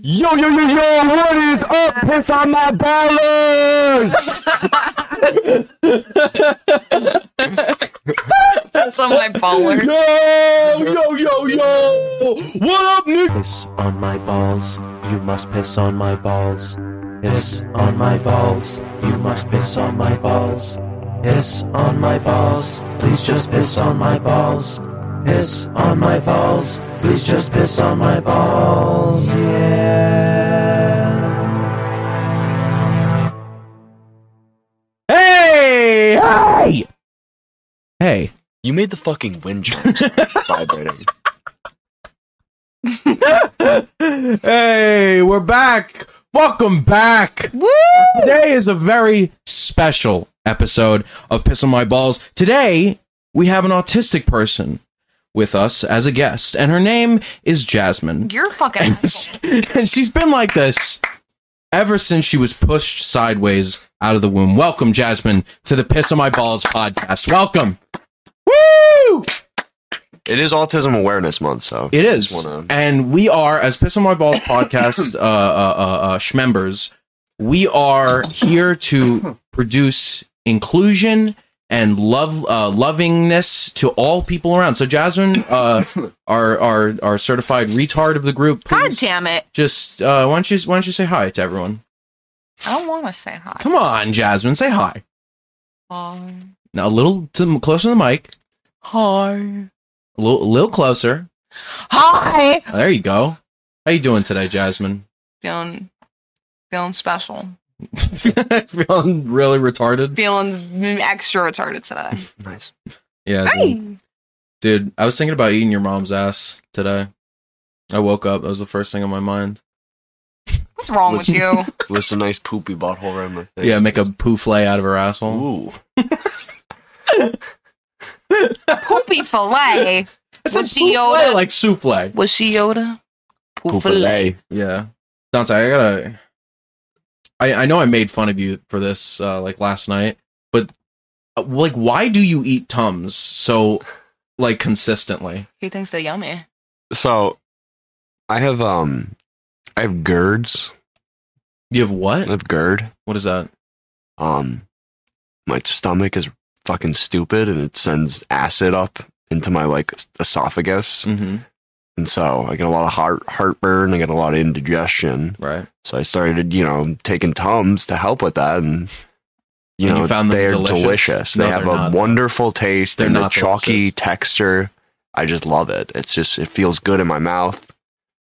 Yo, yo, yo, yo, what is up? Piss on my ballers! That's on my baller. Yo, yo, yo, yo! What up, nigga? Piss on my balls. You must piss on my balls. Piss on my balls. You must piss on my balls. Piss on my balls. Please just piss on my balls. Piss on my balls. Please just piss on my balls. Yeah. Hey! Hey! Hey. You made the fucking wind chimes vibrating. hey, we're back. Welcome back. Woo! Today is a very special episode of Piss on My Balls. Today, we have an autistic person with us as a guest, and her name is Jasmine. You're fucking. asshole. and she's been like this ever since she was pushed sideways out of the womb. Welcome, Jasmine, to the Piss on My Balls podcast. Welcome. Woo! It is Autism Awareness Month, so It is, Just wanna- and we are as Piss on My Balls podcast uh, uh, uh, uh, members. We are here to produce inclusion and love uh, lovingness to all people around. So Jasmine, uh, our our our certified retard of the group. God please damn it! Just uh, why don't you why don't you say hi to everyone? I don't want to say hi. Come on, Jasmine, say hi. Hi. Now a little to, closer to the mic, Hi. a little, a little closer. Hi. There you go. How you doing today, Jasmine? Feeling, feeling special. Feeling really retarded. Feeling extra retarded today. nice. Yeah, dude. Hey. Dude, I was thinking about eating your mom's ass today. I woke up. That was the first thing on my mind. What's wrong with you? It was a nice poopy butthole around my face. Yeah, make a pouffle out of her asshole. Ooh. Poopy fillet. Was she Yoda? like souffle. Was she Yoda? Poop fillet. Yeah, Dante, I gotta. I I know I made fun of you for this uh, like last night, but uh, like, why do you eat tums so like consistently? He thinks they're yummy. So I have um I have GERDs. You have I what? have GERD. What is that? Um my stomach is fucking stupid and it sends acid up into my like esophagus. Mm-hmm. And so I get a lot of heart heartburn, I get a lot of indigestion. Right. So I started, you know, taking Tums to help with that, and you And you know, found them they're delicious? delicious. No, they have a they're not. wonderful taste They're and the not chalky delicious. texture. I just love it. It's just it feels good in my mouth.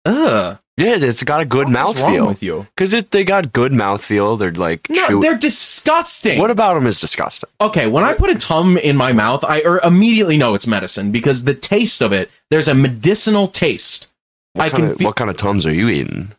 Ugh. Yeah, it's got a good What's wrong mouthfeel with you? because it they got good mouthfeel. They're like No, chew- they're disgusting. What about them is disgusting. Okay, when I put a tum in my mouth, I er, immediately know it's medicine because the taste of it, there's a medicinal taste. I What kind, can of, feel what kind of Tums are you eating?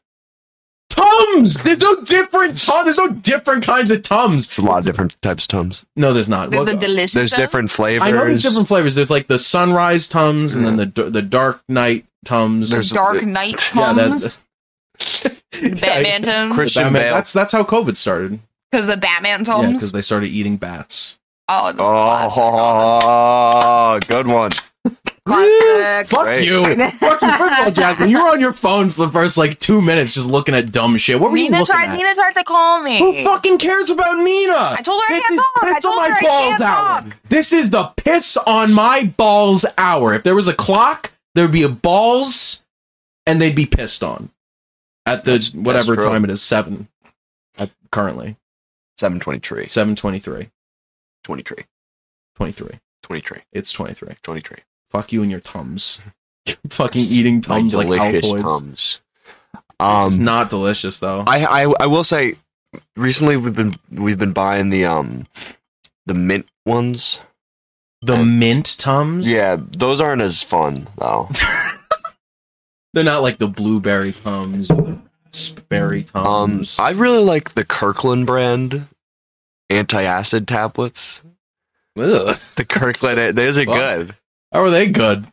tums. There's no different tum. There's no different kinds of tums. It's a lot of different types of Tums. No, there's not. They're Well, the delicious. There's stuff? different flavors. I know there's different flavors. There's like the sunrise tums and then the d- the dark night tums. There's- Dark Knight Yeah, that- comes. Batman tomes. Batman- Christian Bale. That's that's how COVID started. Because the Batman Yeah, tomes. because they started eating bats. oh, the classic. Oh, good one. Classic. Fuck Great. you. Fuck you. First of all, Jasmine, you were on your phone for the first like two minutes just looking at dumb shit. What were you Nina looking tried. at? Nina tried to call me. Who fucking cares about Nina? I told her I This can't is talk. I piss on told my her I balls can't hour. talk. This is the piss on my balls hour. If there was a clock, there'd be a balls, and they'd be pissed on at the That's- that's whatever true. time it is seven. At currently Seven twenty three. seven twenty three. Twenty three. Twenty three. Twenty three. It's twenty three. Twenty three. Fuck you and your tums. You're fucking eating tums like Altoids. tums. it's Um, not delicious though. I, I I will say, recently we've been we've been buying the um the mint ones. the mint tums. Yeah, those aren't as fun though. they're not like the blueberry tums or the raspberry Um, tums. I really like the Kirkland brand anti-acid tablets. Ugh. The Kirkland, those are Fuck. good. How are they good?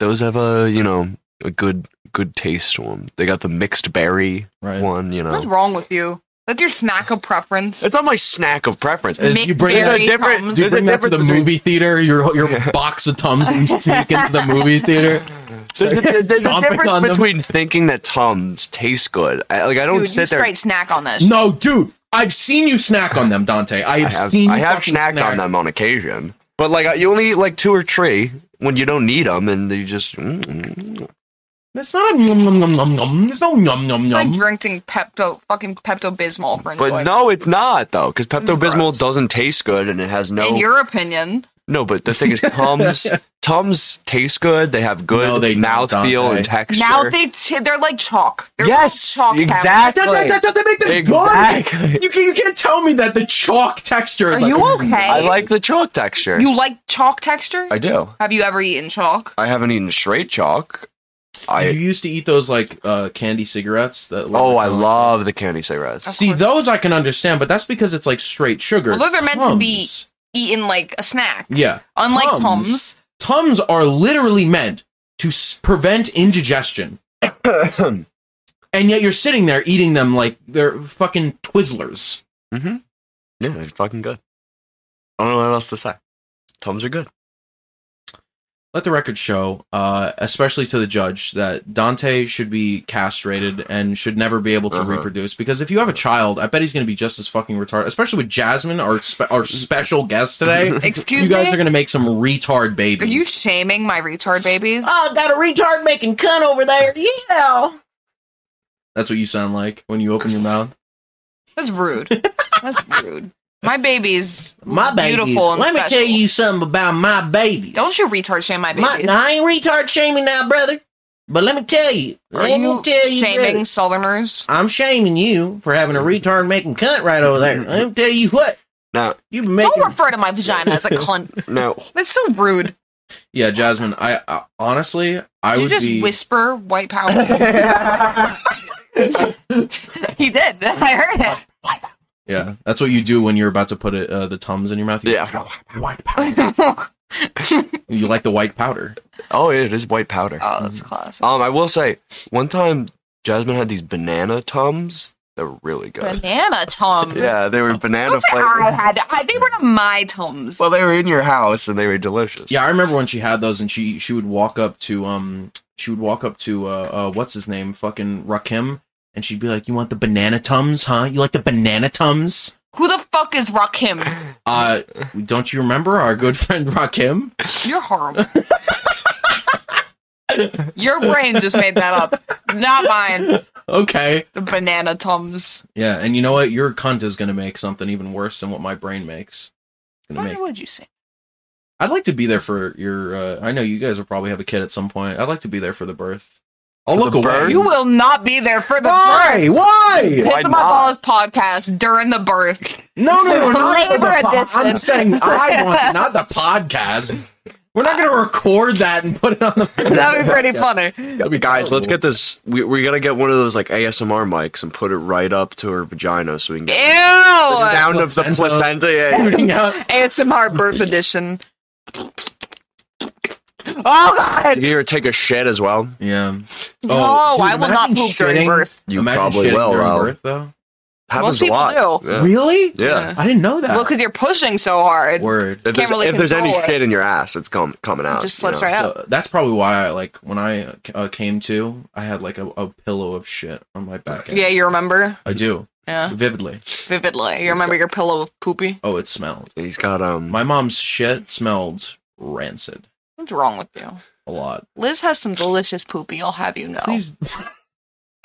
Those have a you know a good good taste to them. They got the mixed berry Right. one. You know, What's wrong with you? That's your snack of preference. it's not my snack of preference. Is- Mixed you bring berry that, There's a different- Tums. do you There's a bring that to the difference between- movie theater? Your your Yeah. box of tums and sneak into the movie theater. There's a, there's a Chomping on difference them. between thinking that Tums taste good. I, like I don't Dude, you sit there. straight snack on this. No, dude, I've seen you snack on them, Dante. I I have, have, seen. I you have fucking snacked snack. on them on occasion, but like you only eat like two or three when you don't need them, and you just mm, mm, mm. That's not a yum yum yum yum yum. There's no yum yum It's like yum. drinking Pepto, fucking Pepto Bismol for but enjoyment. no, it's not though because Pepto Bismol gross. doesn't taste good and it has In no your opinion, no. But the thing is, Tums Tums taste good. They have good No, they don't, mouth feel Dante. and texture. now they t- they're like chalk. They're yes, like chalk tablets. That, that, that, exactly. that, that make them Exactly. good. You, can, you can't tell me that the chalk texture. Is Are like, you okay? I like the chalk texture. You like chalk texture? I do. Have you ever eaten chalk? I haven't eaten straight chalk. I Did you used to eat those like uh, candy cigarettes? That were- oh, I love the candy cigarettes. Of See, course. those I can understand, but that's because it's like straight sugar. Well, those are meant to be- Tums- Eaten like a snack. Yeah. Unlike Tums. Tums are literally meant to s- prevent indigestion. mm-hmm. And yet you're sitting there eating them like they're fucking Twizzlers. Mm-hmm. Yeah, they're fucking good. I don't know what else to say. Tums are good. Let the record show, uh, especially to the judge, that Dante should be castrated and should never be able to Uh-huh. reproduce. Because if you have a child, I bet he's going to be just as fucking retarded. Especially with Jasmine, our spe- our special guest today. Excuse you guys me? are going to make some retard Are babies. you shaming my retard babies? Oh, got a retard making cunt over there. Yeah. That's what you sound like when you open your mouth. That's rude. That's rude. My babies. Beautiful and Let me special. tell you something about my babies. Don't you retard shame my My, babies. now, I ain't retard shaming now, brother. But let me tell you. Are let you me tell you. shaming brother, Southerners? I'm shaming you for having a retard making cunt right over there. Let me tell you what. Now, You've been making. Don't refer to my vagina as a cunt. now, That's so rude. yeah, Jasmine. I, I honestly, I Did you just whisper white power? he did. I heard it. Yeah, that's what you do when you're about to put it, uh, the tums in your mouth. yeah. White powder. You like the white powder. Oh, yeah, it is white powder. oh, that's classic. Um, I will say, one time Jasmine had these banana tums. They were really good. Banana tums. Yeah, they were banana Don't say I flavored. had. I, they were not my tums. Well, they were in your house and they were delicious. Yeah, I remember when she had those, and she she would walk up to um she would walk up to uh, uh what's his name fucking Rakim, and she'd be like, "You want the banana tums, huh? You like the banana tums?" Who the fuck is Rakim? Uh, don't you remember our good friend Rakim? You're horrible. Your brain just made that up, not mine. Okay, The banana tums. yeah, and you know what? Your cunt is gonna make something even worse than what my brain makes. It's Gonna Why make. would you say? I'd like to be there for your. Uh, I know you guys will probably have a kid at some point. I'd like to be there for the birth. I'll For look the away. birth? You will not be there for the birth. Why? Piss in my balls podcast during the birth. No, no, no, not Labor the po- edition. I'm saying I want, not the podcast. We're not going to record that and put it on the. That'd be pretty funny. That'd be Guys, let's terrible. get this. We, we gotta get one of those like ASMR mics and put it right up to her vagina so we can Ew. get the sound of the Placenta. placenta. Yeah, yeah. shooting out. ASMR birth edition. Oh You god. hear it take a shit as well. Yeah. Oh, No, I will not imagine poop during shitting- birth. You imagine probably shitting will, during though. birth, though. Happens Most people a lot. do. Yeah. Really? Yeah. I didn't know that. Well, because you're pushing so hard. Word. If, there's, Can't really if there's any control it. shit in your ass, it's com- coming out. just you slips know? right out. So uh, that's probably why I like when I uh, came to, I had like a, a pillow of shit on my back. end. Yeah, you remember? I do Yeah, vividly. vividly. You remember your pillow of poopy? Oh, it smelled. He's got um. My mom's shit smelled rancid What's wrong with you? a lot. Liz has some delicious poopy, I'll have you know. Please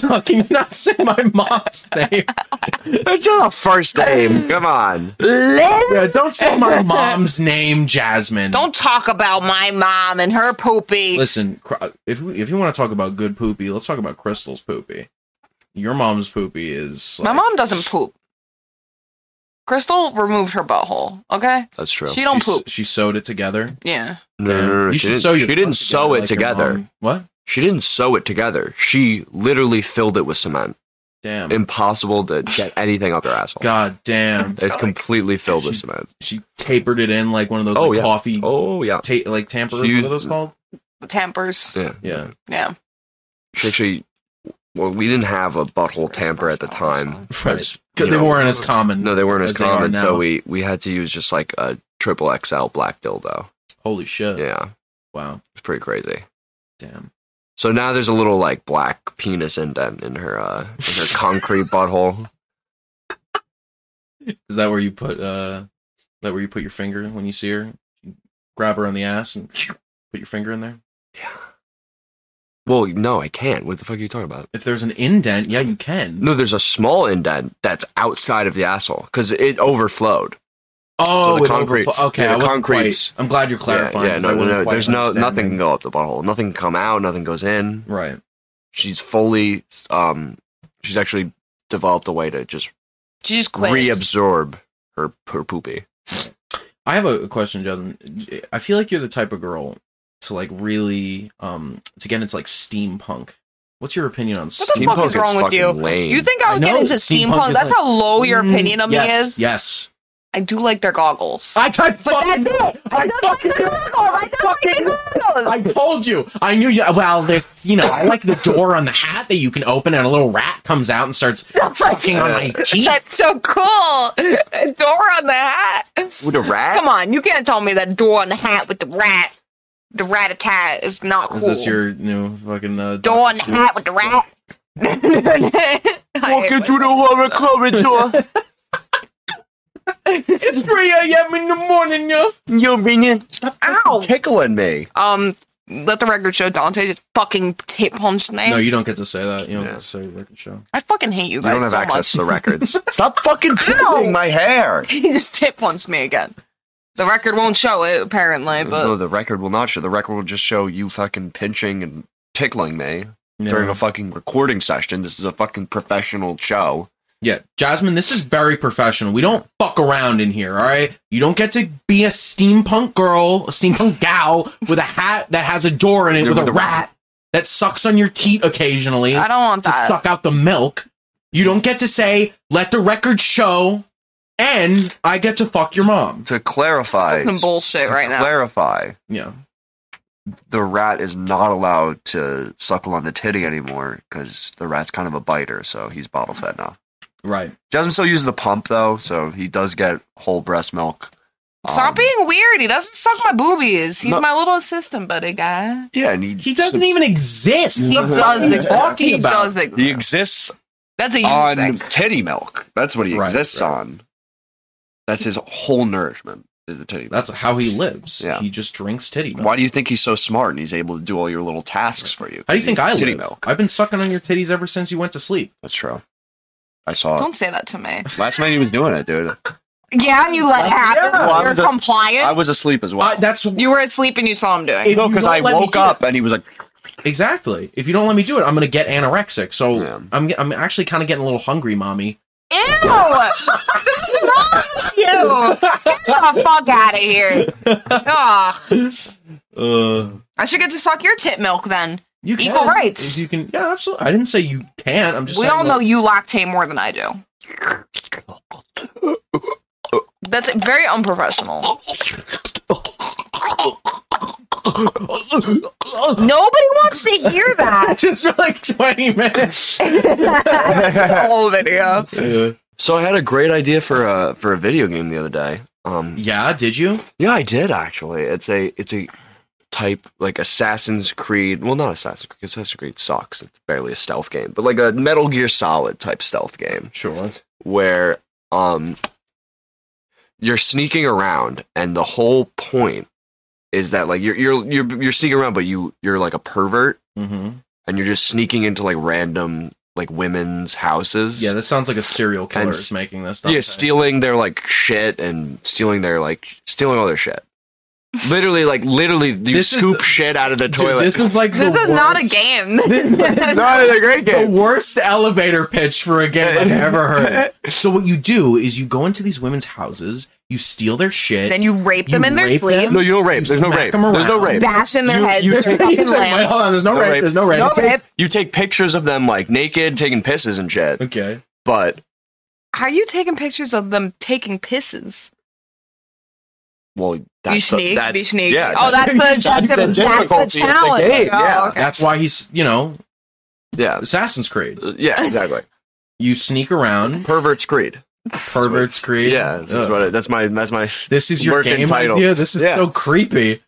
fucking not say my mom's name. That's just a first name. Come on. Liz? Yeah, don't say my mom's name, Jasmine. Don't talk about my mom and her poopy. listen. cr- If if you want to talk about good poopy, let's talk about Crystal's poopy. Your mom's poopy is My like- mom doesn't poop. Crystal removed her butthole, okay? That's true. She don't she s- poop. She sewed it together. Yeah. no, no, no, no. You She should didn't, sew your she didn't butt sew it like your together. mom. What? She didn't sew it together. She literally filled it with cement. Damn. Impossible to get anything up her asshole. God damn. It's completely filled with She- cement. She tapered it in like one of those Oh, like, yeah. coffee Oh yeah. ta- like tamperers. She What used- are those called? The tampers. Yeah. Yeah. Yeah. She actually well, we didn't have a butthole tamper at the time. Right. You They know. weren't as common. No, they weren't as, As they are common, now. so we we had to use just like a triple XL black dildo. Holy shit. Yeah, Wow. it's pretty crazy. Damn. So now there's a little like black penis indent in her uh, in her concrete butthole. Is that where you put uh is that where you put your finger when you see her? You grab her on the ass and put your finger in there? Well, no, I can't. What the fuck are you talking about? If there's an indent, yeah, you can. No, there's a small indent that's outside of the asshole because it overflowed. Oh, So the it concrete- overflow- okay, yeah, the I wasn't concrete's- quite- I'm glad you're clarifying. Yeah, yeah 'cause I no, no, wasn't no. quite There's no nothing can understanding. go up the butthole. Nothing can come out. Nothing goes in. Right. She's fully. Um, she's actually developed a way to just She just quit. reabsorb her her poopy. I have a question, Justin. I feel like you're the type of girl to like really um to get into like steampunk. What's your opinion on What the steampunk? fuck is wrong with fucking you? Lame. You think I I would get know, into steampunk steampunk? is That's like- how low your Mm, opinion of me yes, is. Yes. I do like their goggles. I, I fucking, it. I just fucking like the goggles. I just like the goggles. I told you. I knew you. Well, there's, you know, I like the door on the hat that you can open and a little rat comes out and starts fucking on my teeth. That's so cool. A door on the hat. with a rat? Come on, you can't tell me that door on the hat with the rat, the rat a tat is not cool. Is this your new fucking uh, door on Dr. the Seuss? hat with the rat? I hate the horror corridor. It's 3 a.m. in the morning, yo. Yo, minion, stop Ow. fucking tickling me. Um, let the record show Dante just fucking tip punched me. No, you don't get to say that. You don't Yeah. get to say record show. I fucking hate you You guys. don't have so access to much. the records. Stop fucking tickling my hair. he just tip punched me again. The record won't show it apparently, no, but the record will not show. The record will just show you fucking pinching and tickling me No. during a fucking recording session. This is a fucking professional show. Yeah, Jasmine, this is very professional. We don't fuck around in here, all right? You don't get to be a steampunk girl, a steampunk gal with a hat that has a door in it Yeah, with, with a a rat. rat that sucks on your teeth occasionally I to don't want that. suck out the milk. You don't get to say, let the record show, and I get to fuck your mom. To clarify, This is some bullshit to right now. clarify, Yeah. the rat is not allowed to suckle on the titty anymore because the rat's kind of a biter, so he's bottle fed now. Right. Jasmine still uses the pump though, so he does get whole breast milk. Um, Stop being weird. He doesn't suck my boobies. He's No. my little assistant buddy guy. Yeah, and he, He doesn't even exist. He does you exist. talking He about? does exist. He exists That's a you on thing. titty milk. That's what he Right, exists right. on. That's his whole nourishment is the titty. Milk. That's how he lives. Yeah. He just drinks titty milk. Why do you think he's so smart and he's able to do all your little tasks for you? How do you think I titty live? milk? I've been sucking on your titties ever since you went to sleep. That's true. I saw Don't say that to me. it last night. He was doing it, dude. Yeah, and you let it happen. Well, I You're was a- compliant. I was asleep as Uh, well. that's you were asleep and you saw him If doing. it. no, you because don't I let me woke do up and he was like, Exactly. If you don't let me do it, I'm going to get anorexic. So Yeah. I'm I'm actually kind of getting a little hungry, mommy. Ew! There's nothing wrong with you. Get the fuck out of here. Ugh. Uh, I should get to suck your tit milk then. you can. Equal rights. If You can. Yeah, absolutely. I didn't say you can't. I'm just. we saying, all know like, you lactate more than I do. That's very unprofessional. Nobody wants to hear that. Just for like 20 minutes. Whole video. "So I had a great idea for a for a video game the other day." Um, yeah. Did you? Yeah, I did actually. It's a it's a type like Assassin's Creed. Well, not Assassin's Creed. 'cause Assassin's Creed sucks. It's barely a stealth game, but like a Metal Gear Solid type stealth game Sure. where um you're sneaking around, and the whole point is that like you're you're you're you're sneaking around, but you you're like a pervert, Mm-hmm. and you're just sneaking into like random like women's houses. Yeah. This sounds like a serial killer And is s- making this. Yeah, Dante. stealing their like shit and stealing their like stealing all their shit. Literally, like literally, you This is scoop the- shit out of the Dude, toilet. this is like the This is not a worst- game. no, it's a great The game. worst elevator pitch for a game I've ever heard. So what you do is you go into these women's houses, you steal their shit, then you rape You them in their rape sleep, them? No, you don't rape. You There's no smack rape. 'em There's no around. rape. bash in their heads with their fucking Wait, lamps. hold on, there's no, No rape, rape. There's no rape. No rape. You take pictures of them like naked, taking pisses and shit. Okay. But How are you taking pictures of them taking pisses? well, that's you the- sneak, that's, be sneaky. Yeah, oh, that's the that's, that's the, the that's the difficulty of the challenge. game, Oh, yeah. okay. That's why he's, you know, yeah, Assassin's Creed. Uh, yeah, exactly. You sneak around, Pervert's Creed. perverts Creed. Yeah, that's, Ugh. what I- that's my that's my This is your Working game title. idea. This is Yeah. so creepy.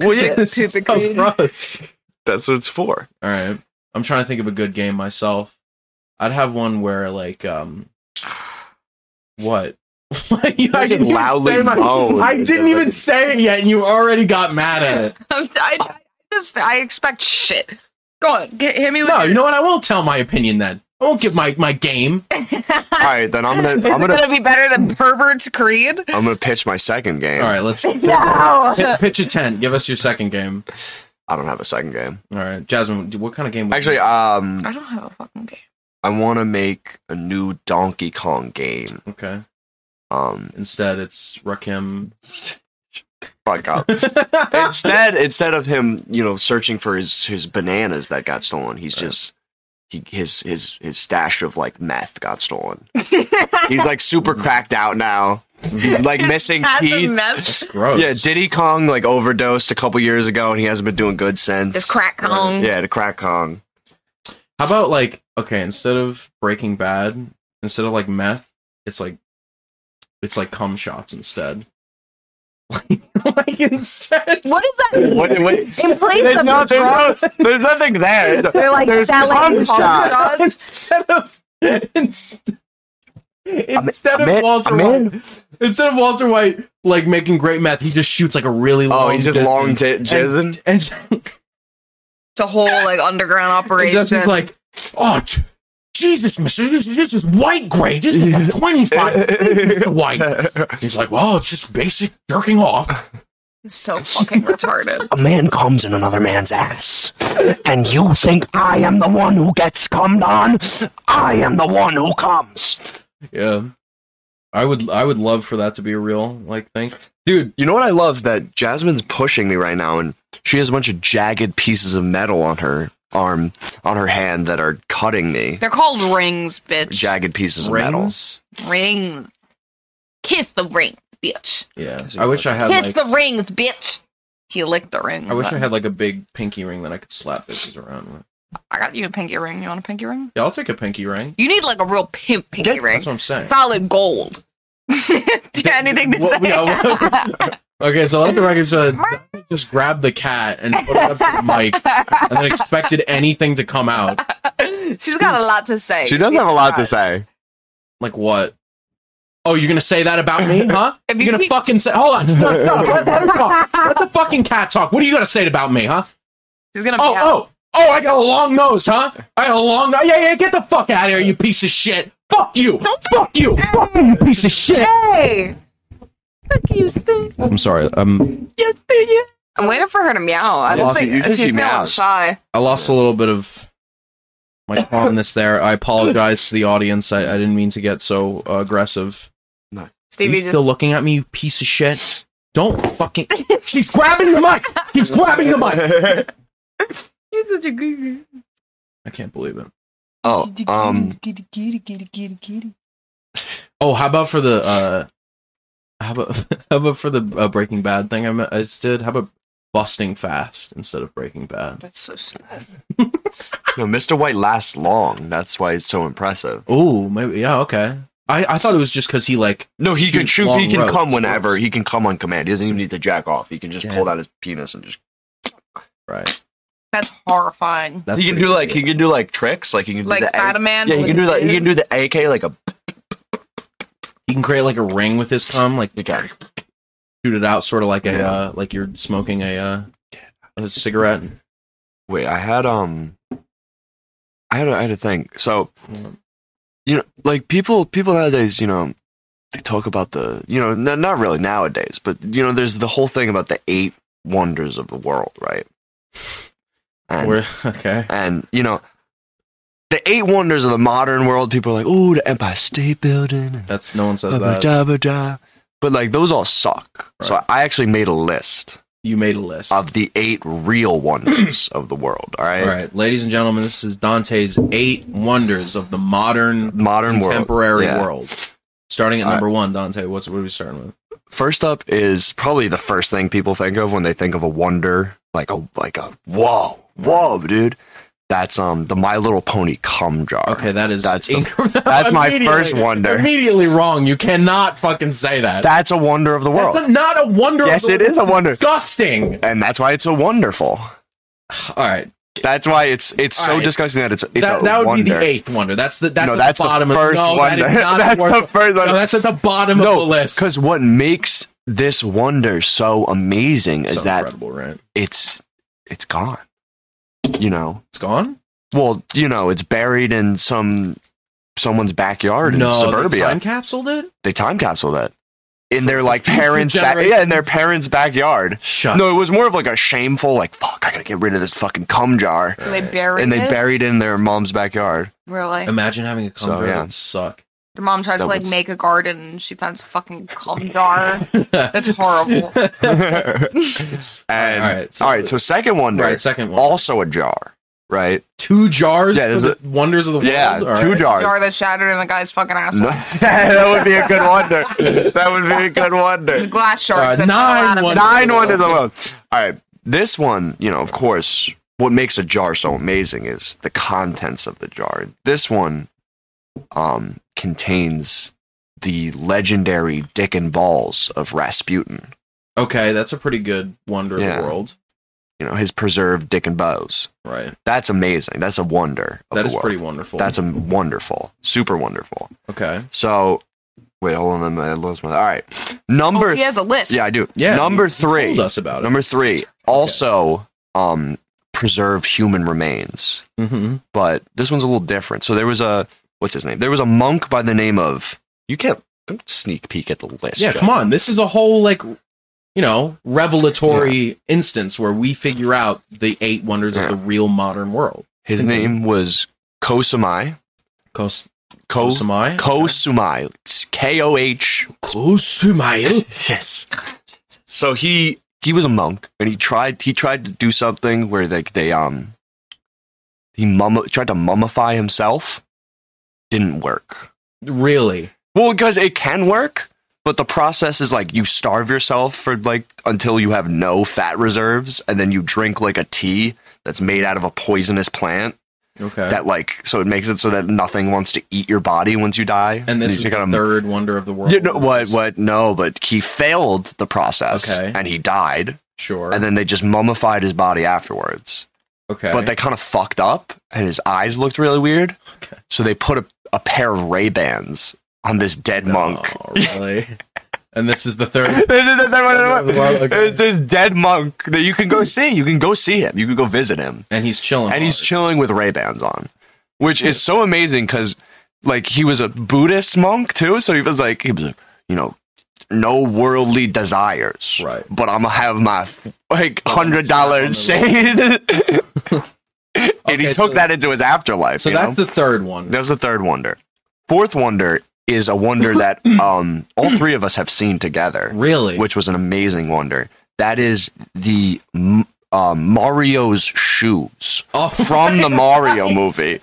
Well, yeah, this is so Typically. gross. that's what it's for. All right. I'm trying to think of a good game myself. I'd have one where like um what? I didn't just even loudly say my- moaned. I didn't even say it yet and you already got mad at it. I, I, just, I expect shit. Go on, get, hit me with No, it. you know what? I won't tell my opinion then. I won't give my, my game. All right, then I'm gonna Is I'm it gonna gonna be better than Pervert's Creed? I'm gonna pitch my second game. All right, let's No. pi- pitch a tent. Give us your second game. I don't have a second game. All right, Jasmine, what kind of game? would you- Actually, um, I don't have a fucking game. I want to make a new Donkey Kong game. okay. Um, Instead, it's Rakim. fuck up. instead, instead of him, you know, searching for his his bananas that got stolen, he's Right. just he his his his stash of like meth got stolen. he's like super cracked out now, like missing That's a teeth. mess. Gross. Yeah, Diddy Kong like overdosed a couple years ago, and he hasn't been doing good since. This crack Kong. Yeah, the crack Kong. How about like okay, instead of Breaking Bad, instead of like meth, it's like it's like cum shots instead. Like, instead, What is that? mean? What, what, In place of the drugs, there's nothing there. they're like selling shot. instead of instead, instead I'm of in- Walter I'm in. White, instead of Walter White like making great meth, he just shoots like a really long. Oh, he's just long distance. j- jizzing. and, It's a whole like underground and operation. Jesse's like, oh. j- Jesus, Mister, this, this is white gray. This is like twenty-five, Mr. white. He's like, well, it's just basic jerking off. It's so fucking retarded. A man comes in another man's ass, and you think I am the one who gets cummed on? I am the one who comes. Yeah. I would I would love for that to be a real like thing. Dude, You know what I love? That Jasmine's pushing me right now, and she has a bunch of jagged pieces of metal on her arm, on her hand that are cutting me. They're called rings, bitch. Jagged pieces of metal. rings. Rings. Kiss the ring, bitch. Yeah. Is it I wish I had Kiss like the rings, bitch. He licked the ring. I wish I had like a big pinky ring that I could slap bitches around with. I got you a pinky ring. You want a pinky ring? Yeah, I'll take a pinky ring. You need like a real pimp pinky Yeah, ring. That's what I'm saying. Solid gold. Do you have anything to What- say? yeah, what- okay, so let the record show that I just grabbed the cat and put it up to the mic and then expected anything to come out. She's got a lot to say. She does have a lot to say. Like what? Oh, you're gonna say that about me, huh? If you're you gonna keep- fucking say? Hold on, no, no, let, let her talk. Let the fucking cat talk. What are you gonna say about me, huh? She's gonna. Oh, be out. oh, oh! I got a long nose, huh? I got a long nose. Yeah, yeah. Get the fuck out of here, you piece of shit. Fuck you. fuck you. Fuck you, you piece of shit. oh. Hey. Fuck you, Spoon. I'm sorry. Um, I'm waiting for her to meow. I don't Well, think you think she's she feeling meows. shy. I lost a little bit of my calmness there. I apologize to the audience. I, I didn't mean to get so uh, aggressive. Are Stevie you just still looking at me, you piece of shit? Don't fucking. She's grabbing the mic. She's grabbing the mic. You're such a goo I can't believe it. oh, um, Oh, how about for the uh, how about how about for the uh, Breaking Bad thing I, me- I just did? How about busting fast instead of Breaking Bad? That's so sad. no, Mr. White lasts long. That's why it's so impressive. Oh, maybe yeah, okay. I I thought it was just because he like No, he can Shoots shoot. long He can rope. come whenever. He can come on command. He doesn't even need to jack off. He can just pull out his penis and just. right. That's horrifying. That's He can pretty do like he cool. can do like tricks. Like he can do Like the A- Spider Man. Yeah, he can do that. He can do the AK like a. he can create like a ring with his cum, like You can. shoot it out, sort of like a Yeah. uh, like you're smoking a uh, a cigarette. Wait, I had um, I had a, I had a thing. So, you know, like people people nowadays, you know, they talk about the you know n- not really nowadays, but you know, there's the whole thing about the eight wonders of the world, right? And Where okay, and you know, the eight wonders of the modern world. People are like, oh, the Empire State Building, and that's no one says blah, blah, that. blah, blah, blah. But like those all suck. So Right. I actually made a list. You made a list. of the eight real wonders of the world. All right, All right, ladies and gentlemen, this is Dante's eight wonders of the modern modern contemporary world. Yeah. world. Starting at All number one, Dante. What's what are we starting with? First up is probably the first thing people think of when they think of a wonder, like a like a whoa, whoa, dude. That's um the My Little Pony cum jar. Okay, that is That's the- incorrect. that's my Immediately- first wonder. Immediately wrong. You cannot fucking say that. That's a wonder of the world. That's a- not a wonder. yes, it is a wonder, Disgusting. and that's why it's so wonderful. All right, That's why it's it's so Alright. disgusting that it's it's that, a that would wonder. be the eighth wonder. That's the that's, no, at that's the the, bottom first of no, wonder. That is not that's a wonder. the first no, wonder. that's at the bottom of the list. because what makes this wonder so amazing is So that incredible, right? it's it's gone. You know, It's gone. well, you know, it's buried in some someone's backyard in no, suburbia. They time capsuled it. they time capsule that in their like future parents' back yeah, in their generations. parents' backyard. Shut. No, it was more of like a shameful, like fuck, I gotta get rid of this fucking cum jar, So they buried and they it. buried it in their mom's backyard. really? Imagine having a cum So, jar yeah. that would suck. Your mom tries That to like was- make a garden, and she finds a fucking cum jar. That's horrible. And all right, Alright, so- so, second wonder, right, second one. also a jar, right? two jars Yeah, for there's the wonders of the yeah, world. All two right. jars. jar that shattered in the guy's fucking asshole. No, that would be a good wonder. That would be a good The wonder. glass shark. Alright, that fell nine out of one- it. Nine one to the world. All right, this one, you know, of course, what makes a jar so amazing is the contents of the jar. This one, um, contains the legendary dick and balls of Rasputin. Okay, that's a pretty good wonder of Yeah. the world. You know, his preserved dick and bows. Right. That's amazing. That's a wonder. Of That the is world. pretty wonderful. That's a wonderful, super wonderful. okay. So, wait, hold on, I lost my. All right, number. Oh, he has a list. Yeah, I do. Yeah. number you- you three. Told us about it. Number three. Also, um, preserve human remains. Mm-hmm. But this one's a little different. So there was a what's his name? There was a monk by the name of. You can't don't sneak peek at the list. Yeah. Joe. Come on. This is a whole like, you know, revelatory instance where we figure out the eight wonders Yeah. of the real modern world. His name was Kosumai. Kos- Ko Kosumai. Kosumai. K O H. Kosumai. Yes. So he he was a monk, and he tried he tried to do something where like they um he mum tried to mummify himself. Didn't work. Really? Well, because it can work, but the process is like you starve yourself for like until you have no fat reserves, and then you drink like a tea that's made out of a poisonous plant Okay. that like so it makes it so that nothing wants to eat your body once you die. and this is the you gotta- third wonder of the world. You know, what? What? No, but he failed the process, Okay. and he died, Sure. and then they just mummified his body afterwards. okay. But they kind of fucked up, and his eyes looked really weird. Okay. So they put a, a pair of Ray Bans on this dead monk. Oh, really? and this is the third. There's a- there's a- Another one, okay. It's this dead monk that you can go see. You can go see him. You can go visit him. And he's chilling. And he's hard. chilling with Ray Bans on, which is so amazing because, like, he was a Buddhist monk too. So he was like, he was like, you know, no worldly desires. Right. Oh, But I'm going to have my, like, on the $100 shade. and he Okay, took so- that into his afterlife. So you know? that's the third one. That was the third wonder. Fourth wonder is a wonder that um, all three of us have seen together, Really? which was an amazing wonder. That is the m- um, Mario's shoes oh, from the Mario movie.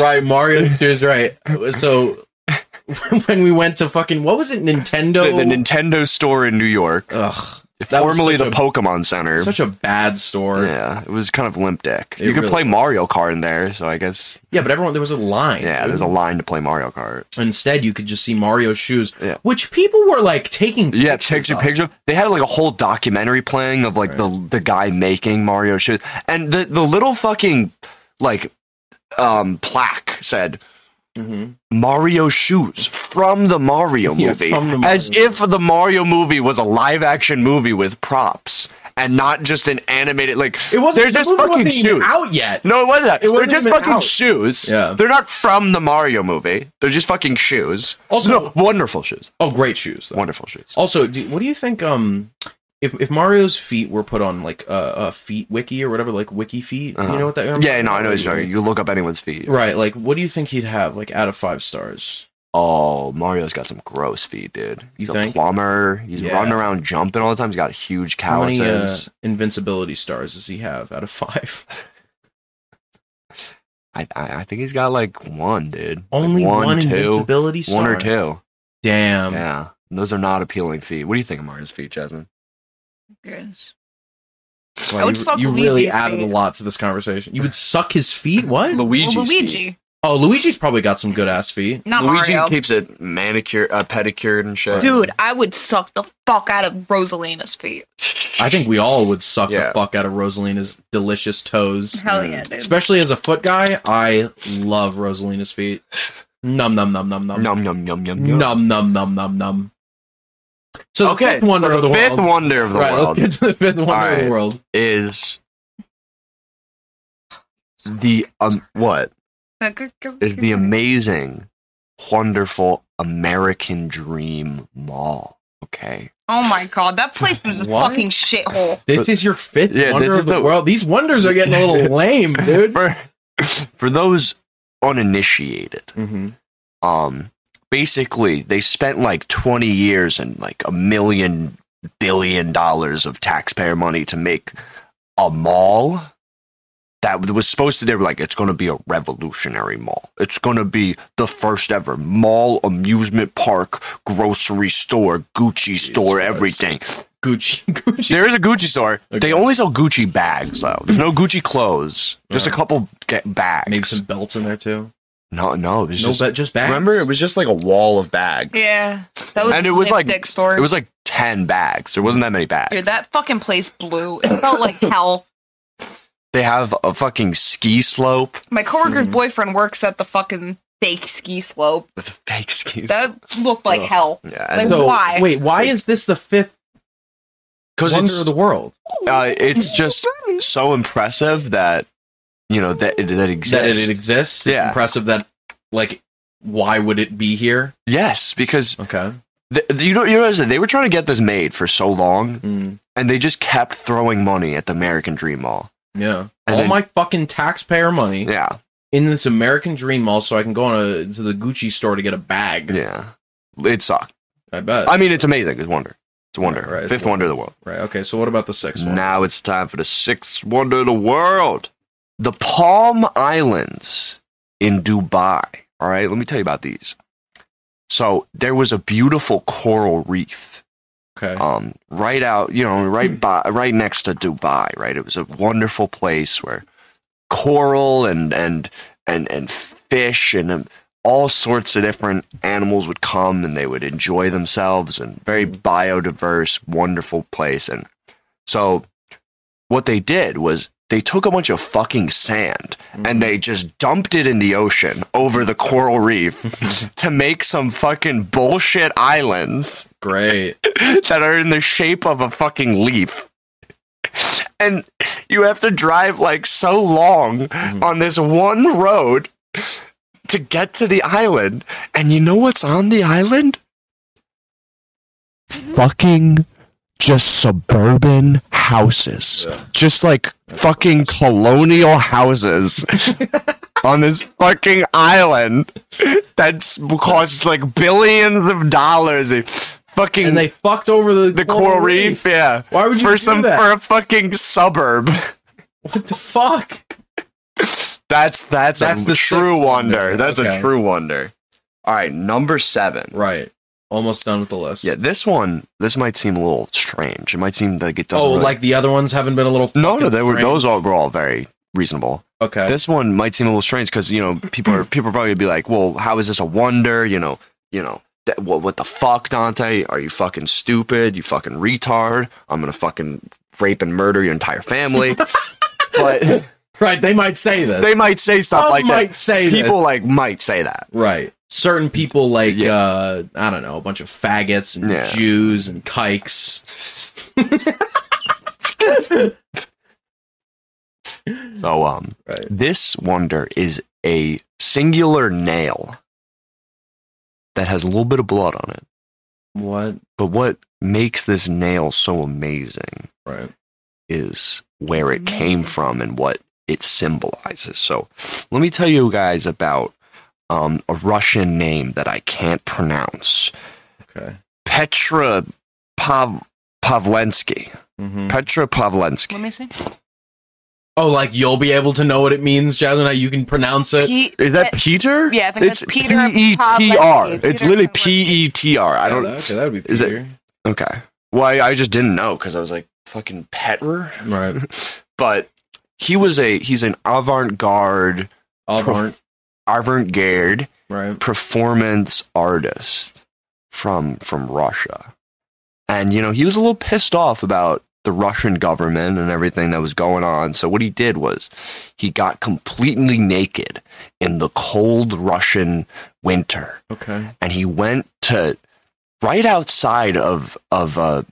right, Mario is right. So when we went to fucking what was it, Nintendo? The, the Nintendo store in New York, Ugh, that was formerly the such Pokemon Center. a, such a bad store. Yeah. yeah, it was kind of limp dick. It You could really play was. Mario Kart in there, so I guess but everyone there was a line. yeah, there's a line to play Mario Kart. Instead, you could just see Mario's shoes, Yeah. which people were like taking. Yeah, pictures picture of. picture. They had like a whole documentary playing of like the the guy making Mario shoes, and the the little fucking like um plaque said Mhm. Mario shoes from the Mario Yeah, movie, from the Mario as if the Mario movie was a live action movie with props and not just an animated like. It wasn't. They're just the movie fucking wasn't even shoes. out yet. No, it wasn't. It wasn't They're just even fucking out. shoes. Yeah. They're not from the Mario movie. They're just fucking shoes. Also- no, wonderful shoes. Oh, great shoes. Though. Wonderful shoes. Also, do, what do you think? Um, if if Mario's feet were put on like a uh, uh, feet wiki or whatever, like wiki feet, Uh-huh. you know what that? Yeah, no, I know what you're talking. You look up anyone's feet. Right, like what do you think he'd have like out of five stars? Oh, Mario's got some gross feet, dude. He's a think? plumber. He's Yeah. running around jumping all the time. He's got huge How many uh, calluses. invincibility stars does he have out of five? I, I I think he's got like one, dude. Like, Only one, two, invincibility star. one or two. Damn. yeah, And those are not appealing feet. What do you think of Mario's feet, Jasmine? Goodness. Wow, I would you suck you Luigi's really added a feet. lot to this conversation. You would suck his feet? What? Luigi's Well, feet. Luigi, Oh, Luigi's probably got some good ass feet. not Luigi Mario. keeps it manicured, uh, pedicured, and shit. Dude, I would suck the fuck out of Rosalina's feet. I think we all would suck Yeah. the fuck out of Rosalina's delicious toes. Hell Mm. yeah, dude. Especially as a foot guy, I love Rosalina's feet. Num num num num num Nom nom nom nom nom. num num num num num. So the Okay, fifth wonder so of the fifth world. wonder of the right, world let's get to the fifth wonder of the Alright. world. is the um what is the Mm-hmm. amazing, wonderful American Dream Mall. Okay, Oh my god, that place was a What? fucking shithole. This is your fifth Yeah, wonder this of is the, the- world. These wonders are getting a little lame, dude. for for those uninitiated, Mm-hmm. um, basically they spent like twenty years and like a million billion dollars of taxpayer money to make a mall that was supposed to they were like it's going to be a revolutionary mall it's going to be the first ever mall amusement park grocery store gucci store Christ. everything Gucci, Gucci. There is a Gucci store. Okay. They only sell Gucci bags though. There's no Gucci clothes. Just a couple ga- bags. Maybe some belts in there too. no, no. It was no, just. but just bags. Remember, it was just like a wall of bags. Yeah, that was And a it was like- dick store. It was like ten bags. There wasn't that many bags. Dude, that fucking place blew. It felt like hell. they have a fucking ski slope. My Mm. coworker's boyfriend works at the fucking fake ski slope. The fake skis. That looked like Ugh. hell. yeah, like- and- So, why? Wait, why is this the fifth 'cause wonder it's of the world? uh, it's just so impressive that you know that it, that exists. that it exists. It's Yeah. impressive that like why would it be here? yes, because Okay. th- you know you notice that they were trying to get this made for so long, Hmm. and they just kept throwing money at the American Dream Mall. yeah. And All then- my fucking taxpayer money Yeah. in this American Dream Mall so I can go on a, to the Gucci store to get a bag. Yeah, it sucked. I bet. I mean, it's amazing. It's wonder. It's a wonder. Right, right, it's Fifth a wonder of the world. right. Okay. So what about the sixth one? Now it's time for the sixth wonder of the world. The Palm Islands in Dubai. All right, let me tell you about these. So there was a beautiful coral reef Okay. um, right out, you know, right by, right next to Dubai, right? It was a wonderful place where coral and and and and fish and um, all sorts of different animals would come and they would enjoy themselves and very biodiverse, wonderful place. And so, what they did was they took a bunch of fucking sand and they just dumped it in the ocean over the coral reef to make some fucking bullshit islands Great. that are in the shape of a fucking leaf. And you have to drive like so long Mm-hmm. on this one road to get to the island. And you know what's on the island? Fucking just suburban houses. Just like fucking colonial houses on this fucking island that's costs like billions of dollars. Fucking And they fucked over the the coral reef, yeah. Why would you for do some that? for a fucking suburb? What the fuck? That's that's That's a the true sixth wonder. wonder. That's Okay. a true wonder. All right, number seven. Right. Almost done with the list. Oh, Yeah, this one. This might seem a little strange. It might seem like it doesn't. Oh, really- like the other ones haven't been a little. no, fucking no. They were strange? those all were all very reasonable. Okay. This one might seem a little strange because you know people are people are probably gonna be like, well, how is this a wonder? You know, you know. That, what, what the fuck, Dante? Are you fucking stupid? You fucking retard. I'm gonna fucking rape and murder your entire family. but right. They might say this. they might say stuff Some like might that. say this. People like might say that. Right. Certain people like Yeah. uh I don't know, a bunch of faggots and Yeah. Jews and kikes. So um Right. this wonder is a singular nail that has a little bit of blood on it. What? But what makes this nail so amazing Right. is where it came from and what it symbolizes. So let me tell you guys about um, a Russian name that I can't pronounce. Okay. Petra Pav- Pavlensky. hmm Petra Pavlensky. Let me see. Oh, like you'll be able to know what it means, Jasmine. how You can pronounce it. He- Is that Peter? Yeah, I think that's Peter P E T R. Pavlovsky. It's Peter literally Pavlovsky. P E T R. I Yeah, don't. that- Okay, that would be is it- Peter. Okay. Why? I just didn't know because I was like, fucking Petrer, Right. but he was a he's an avant-garde Auburn. avant-garde Right. performance artist from from Russia. And you know, he was a little pissed off about the Russian government and everything that was going on. So what he did was he got completely naked in the cold Russian winter Okay. and he went to right outside of of uh,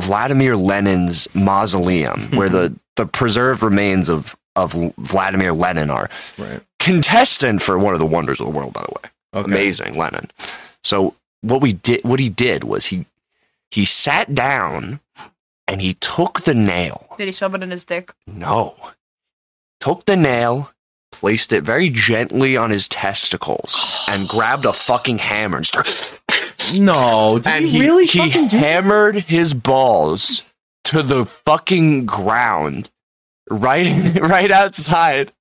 Vladimir Lenin's mausoleum where the the preserved remains of of Vladimir Lenin are Right. contestant for one of the wonders of the world by the way Okay. amazing Lennon. So what we did, what he did was he he sat down and he took the nail. Did he shove it in his dick? No, took the nail, placed it very gently on his testicles, and grabbed a fucking hammer and started. No. Did and he, really he fucking do hammered his balls to the fucking ground. Right, right outside.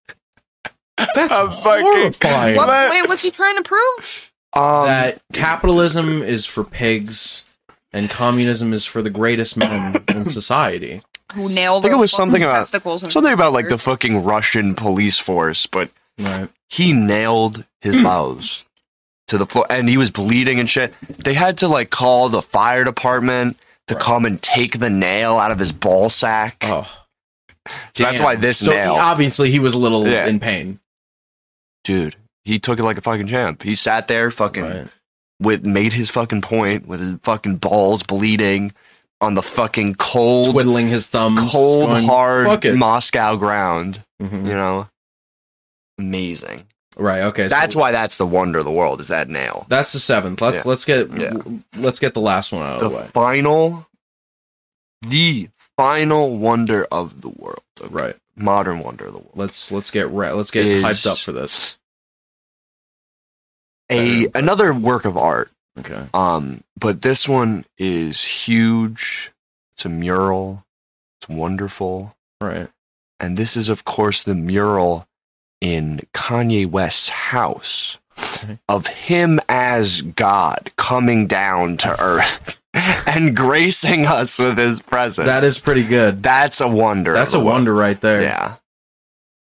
That's a fucking- horrifying. What? What, wait, what's he trying to prove? Um, that capitalism is for pigs and communism is for the greatest men in society. Who I nailed? think her it was fucking something about- testicles and something about like the fucking Russian police force, but Right. he nailed his Hmm. mouths to the floor and he was bleeding and shit. They had to like call the fire department to come and take the nail out of his ball sack. Oh. So that's damn. why this so nail- he- obviously he was a little Yeah. in pain. Dude, he took it like a fucking champ. He sat there fucking Right. with made his fucking point with his fucking balls bleeding on the fucking cold Twiddling his thumbs. cold going, Fuck hard it. Moscow ground, Mhm. you know. Amazing. Right. Okay. so That's why that's the wonder of the world is that nail. That's the seventh. Let's Yeah. let's get Yeah. Oh. let's get the last one out of the the way. final, the final wonder of the world, okay? Right. Modern wonder of the world. Let's let's get re- let's get Is- hyped up for this. A another work of art, Okay. um, but this one is huge. It's a mural. It's wonderful, Right. and this is, of course, the mural in Kanye West's house Okay. of him as God coming down to earth and gracing us with his presence. That is pretty good. That's a wonder. of That's the a world. wonder right there. Yeah.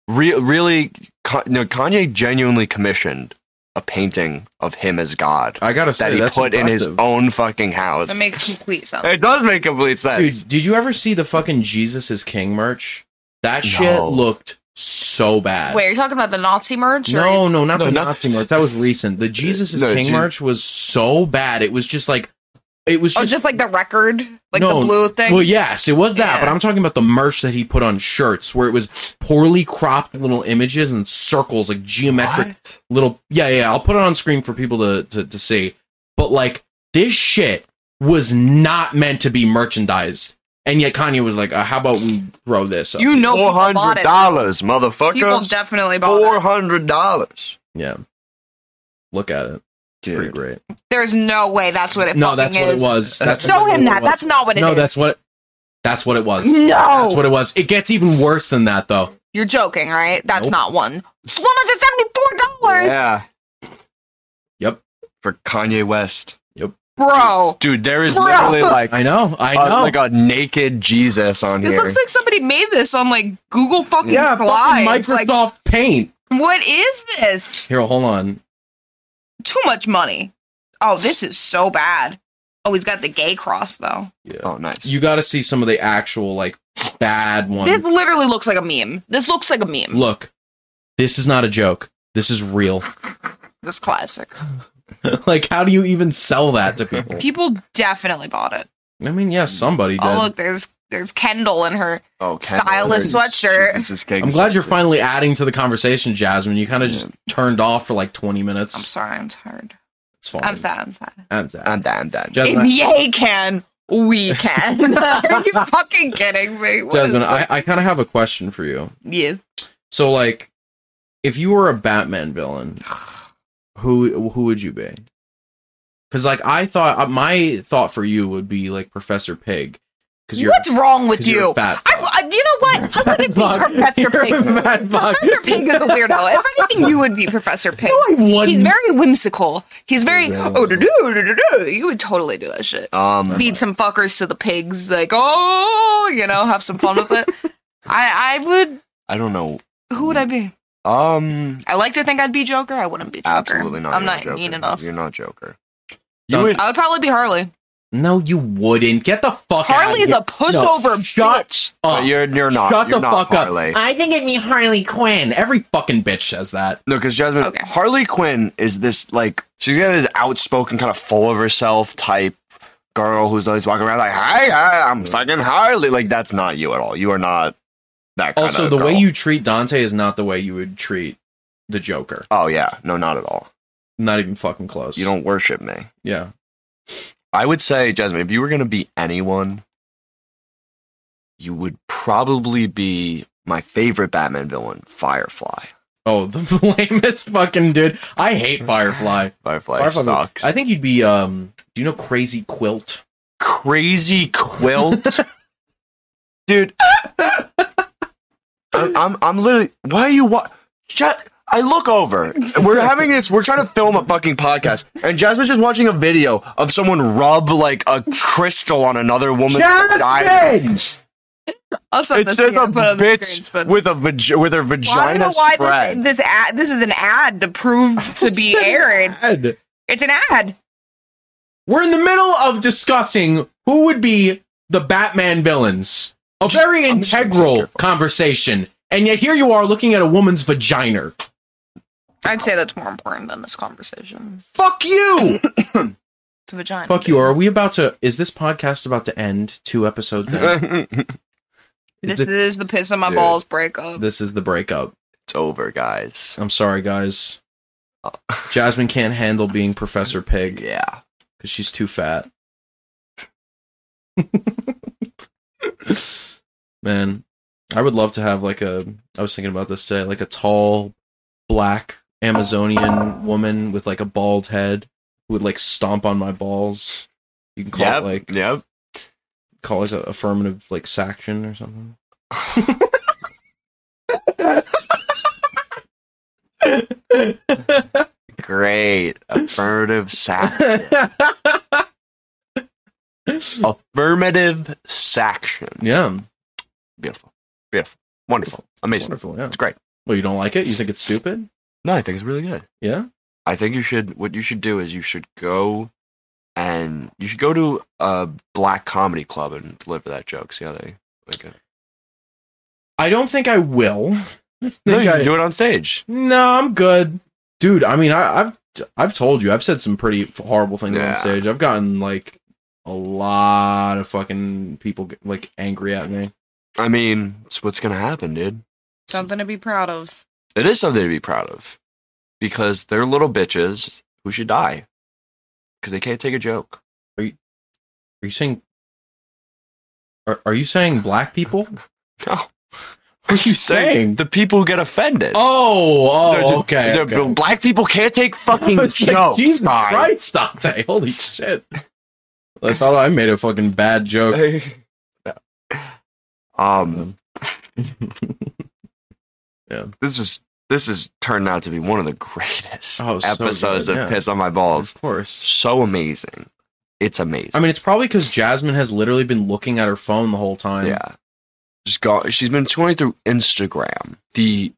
Re- really, Ka- no, Kanye genuinely commissioned a painting of him as God I gotta that say he Oh, that's put in his impressive. own fucking house. That makes complete sense. it does make complete sense. Dude, did you ever see the fucking Jesus is King merch? That shit No. looked so bad. Wait, you're talking about the Nazi merge? or- No, no, not No, the not- Uh, Nazi merch. That was recent. The Jesus is No, King Je- merch was so bad. It was just like it was Oh, just, just like the record, like No, the blue thing. Well, yes, it was that, Yeah. but I'm talking about the merch that he put on shirts where it was poorly cropped little images and circles, like geometric little. Yeah, yeah, I'll put it on screen for people to, to, to see. But, like, this shit was not meant to be merchandised. And yet Kanye was like, uh, how about we throw this up? you know, Four people bought hundred it. dollars, People motherfucker. definitely bought Four it. hundred dollars. yeah. Look at it. Pretty great. There's no way that's what it. No, fucking that's what it is. was. That's Show him literally that. what it That's not what was. it No, is. that's what. That's what it was. No. That's what it was. It gets even worse than that, though. You're joking, right? That's Nope. not one. One hundred seventy-four dollars, Yeah, Yep. for Kanye West, bro. dude. There is Bro. literally like I know. I a, know. Uh, like a naked Jesus on It here. looks like somebody made this on like Google fucking yeah, Fly. fucking It's like, Microsoft Paint. what is this? Here, hold on. Too much money. Oh, this is so bad. Oh, he's got the gay cross though. oh, nice. You got to see some of the actual like bad ones. This literally looks like a meme. This looks like a meme. Look, this is not a joke. This is real. This classic. like, how do you even sell that to people? People definitely bought it. I mean, yeah, somebody did. Oh, look, there's there's Kendall in her. oh, Stylish sweatshirt. This is I'm glad you're finally adding to the conversation, Jasmine. You kind of just turned off for like 20 minutes. I'm sorry, I'm tired. It's fine. I'm sad. I'm sad. I'm sad. I'm done. I'm done. Jasmine, Yay, can we can? Are you fucking kidding me? What is Jasmine, I, this? I kind of have a question for you. yes. So, like, if you were a Batman villain, who who would you be? Because like I thought, uh, my thought for you would be like Professor Pig. Because you're What's wrong with 'cause you're you? a fat I, fuck. I- you know what? not. I wouldn't be Fuck. Professor You're a Pig. mad fuck. Professor Pig is a weirdo. If anything, you would be Professor Pig. I wouldn't. He's very whimsical. He's very oh do do do do. You would totally do that shit. Um, Feed some fuckers to the pigs, like oh, you know, have some fun with it. I I would. I don't know. Who would I be? Um, I like to think I'd be Joker. I wouldn't be Joker. absolutely not. I'm You're not Joker. mean enough. You're not Joker. You would- I would probably be Harley. No, you wouldn't. Get the fuck out of Harley's here. a pushover shut bitch. up. But you're you're not. Uh, Shut you're the not fuck up. Harley. I think it'd be Harley Quinn. Every fucking bitch says that. No, because Jasmine Okay. Harley Quinn is this like she's got this outspoken, kind of full of herself type girl who's always walking around like, "Hi, hi I'm fucking Harley." Like that's not you at all. You are not that. Kind Also, of the way girl. you treat Dante is not the way you would treat the Joker. Oh yeah, no, not at all. Not even fucking close. You don't worship me. Yeah. I would say, Jasmine, if you were gonna be anyone, you would probably be my favorite Batman villain, Firefly. Oh, the lamest fucking dude. I hate Firefly. Firefly, Firefly- sucks. I think you'd be. Um. Do you know Crazy Quilt? crazy quilt, dude. I'm, I'm I'm literally. Why are you what? Shut. I look over. We're having this. We're trying to film a fucking podcast, and Jasmine's just watching a video of someone rub like a crystal on another woman's vagina. I'll send It's this just a to you and put it on the screens, bitch but- with a vag- with her Well, I don't vagina know why spread. this, this ad. This is an ad to prove to be aired. Ed, It's an ad. We're in the middle of discussing who would be the Batman villains. A very I'm just gonna take integral your phone. conversation, and yet here you are looking at a woman's vagina. I'd say that's more important than this conversation. Fuck you! It's a vagina. Fuck you. Are we about to? Is this podcast about to end? Two episodes in. This Th- is the piss on my Dude. balls breakup. this is the breakup. it's over, guys. I'm sorry, guys. Jasmine can't handle being Professor Pig Yeah. because she's too fat. Man, I would love to have like a. I was thinking about this today, like a tall, black Amazonian woman with like a bald head who would like stomp on my balls. You can call Yep. it like yep. call it a affirmative like saction or something. Great. Affirmative saction. Affirmative saction. Yeah, Beautiful. Beautiful. Wonderful. Amazing. wonderful. Yeah, It's great. well, you don't like it? You think it's stupid? No, I think it's really good. Yeah, I think you should what you should do is you should go and you should go to a black comedy club and deliver that joke. See how they like uh, it. I don't think I will. No, Think you I- can do it on stage. No, I'm good, dude. I mean, I, I've I've told you, I've said some pretty f- horrible things Yeah. on stage. I've gotten like a lot of fucking people get, like angry at me. I mean, it's what's gonna happen, dude. Something to be proud of. It is something to be proud of. Because they're little bitches who should die. Because they can't take a joke. Are you saying? Are, are you saying black people? No. What are you saying? The people who get offended. Oh, oh, There's a- okay. there- okay. Black people can't take fucking I was like, jokes. Jesus Fine. Christ, Dante! Holy shit! I thought I made a fucking bad joke. um, Yeah. This is this has turned out to be one of the greatest Oh, so episodes good, of yeah. Piss on My Balls. Of course. So amazing. It's amazing. I mean, it's probably because Jasmine has literally been looking at her phone the whole time. yeah. Just go. She's been touring through Instagram. The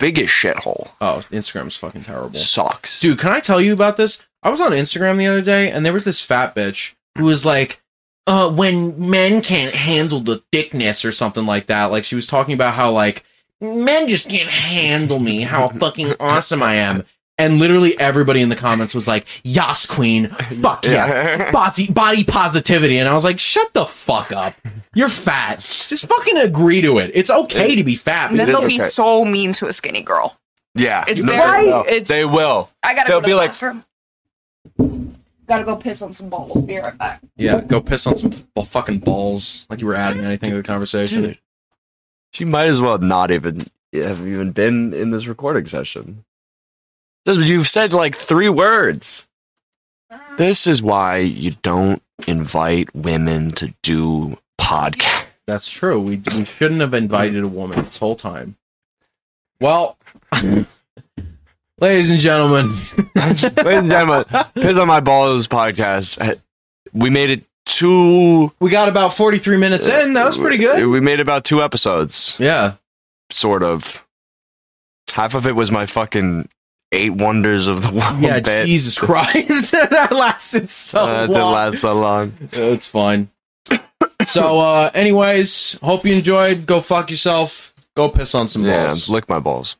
biggest shithole Oh, Instagram's fucking terrible. sucks. Dude, can I tell you about this? I was on Instagram the other day, and there was this fat bitch who was like, uh, when men can't handle the thickness or something like that. Like, she was talking about how, like, men just can't handle me, how fucking awesome I am. And literally everybody in the comments was like, Yas Queen, fuck yeah. Body, body positivity. And I was like, shut the fuck up. You're fat. Just fucking agree to it. It's okay to be fat. And then It is they'll be okay. so mean to a skinny girl. yeah. It's they very- will. it's- they will. I gotta They'll go to be the like- bathroom. Gotta go piss on some balls. Be right back. Yeah, go piss on some f- fucking balls. Like you were adding anything to the conversation. Dude. She might as well not even have even been in this recording session. Just- You've said like three words. This is why you don't invite women to do podcasts. That's true. We, we shouldn't have invited a woman this whole time. Well, ladies and gentlemen, Ladies and gentlemen, Piss on My Balls podcast. We made it two. we got about 43 minutes in. That was pretty good. We made about two episodes, Yeah. sort of. Half of it was my fucking eight wonders of the world Yeah, bit. Jesus Christ. that lasted so Uh, that long. lasts so long. It's fine. so, uh, anyways, hope you enjoyed. Go fuck yourself. Go piss on some Yeah, balls. lick my balls.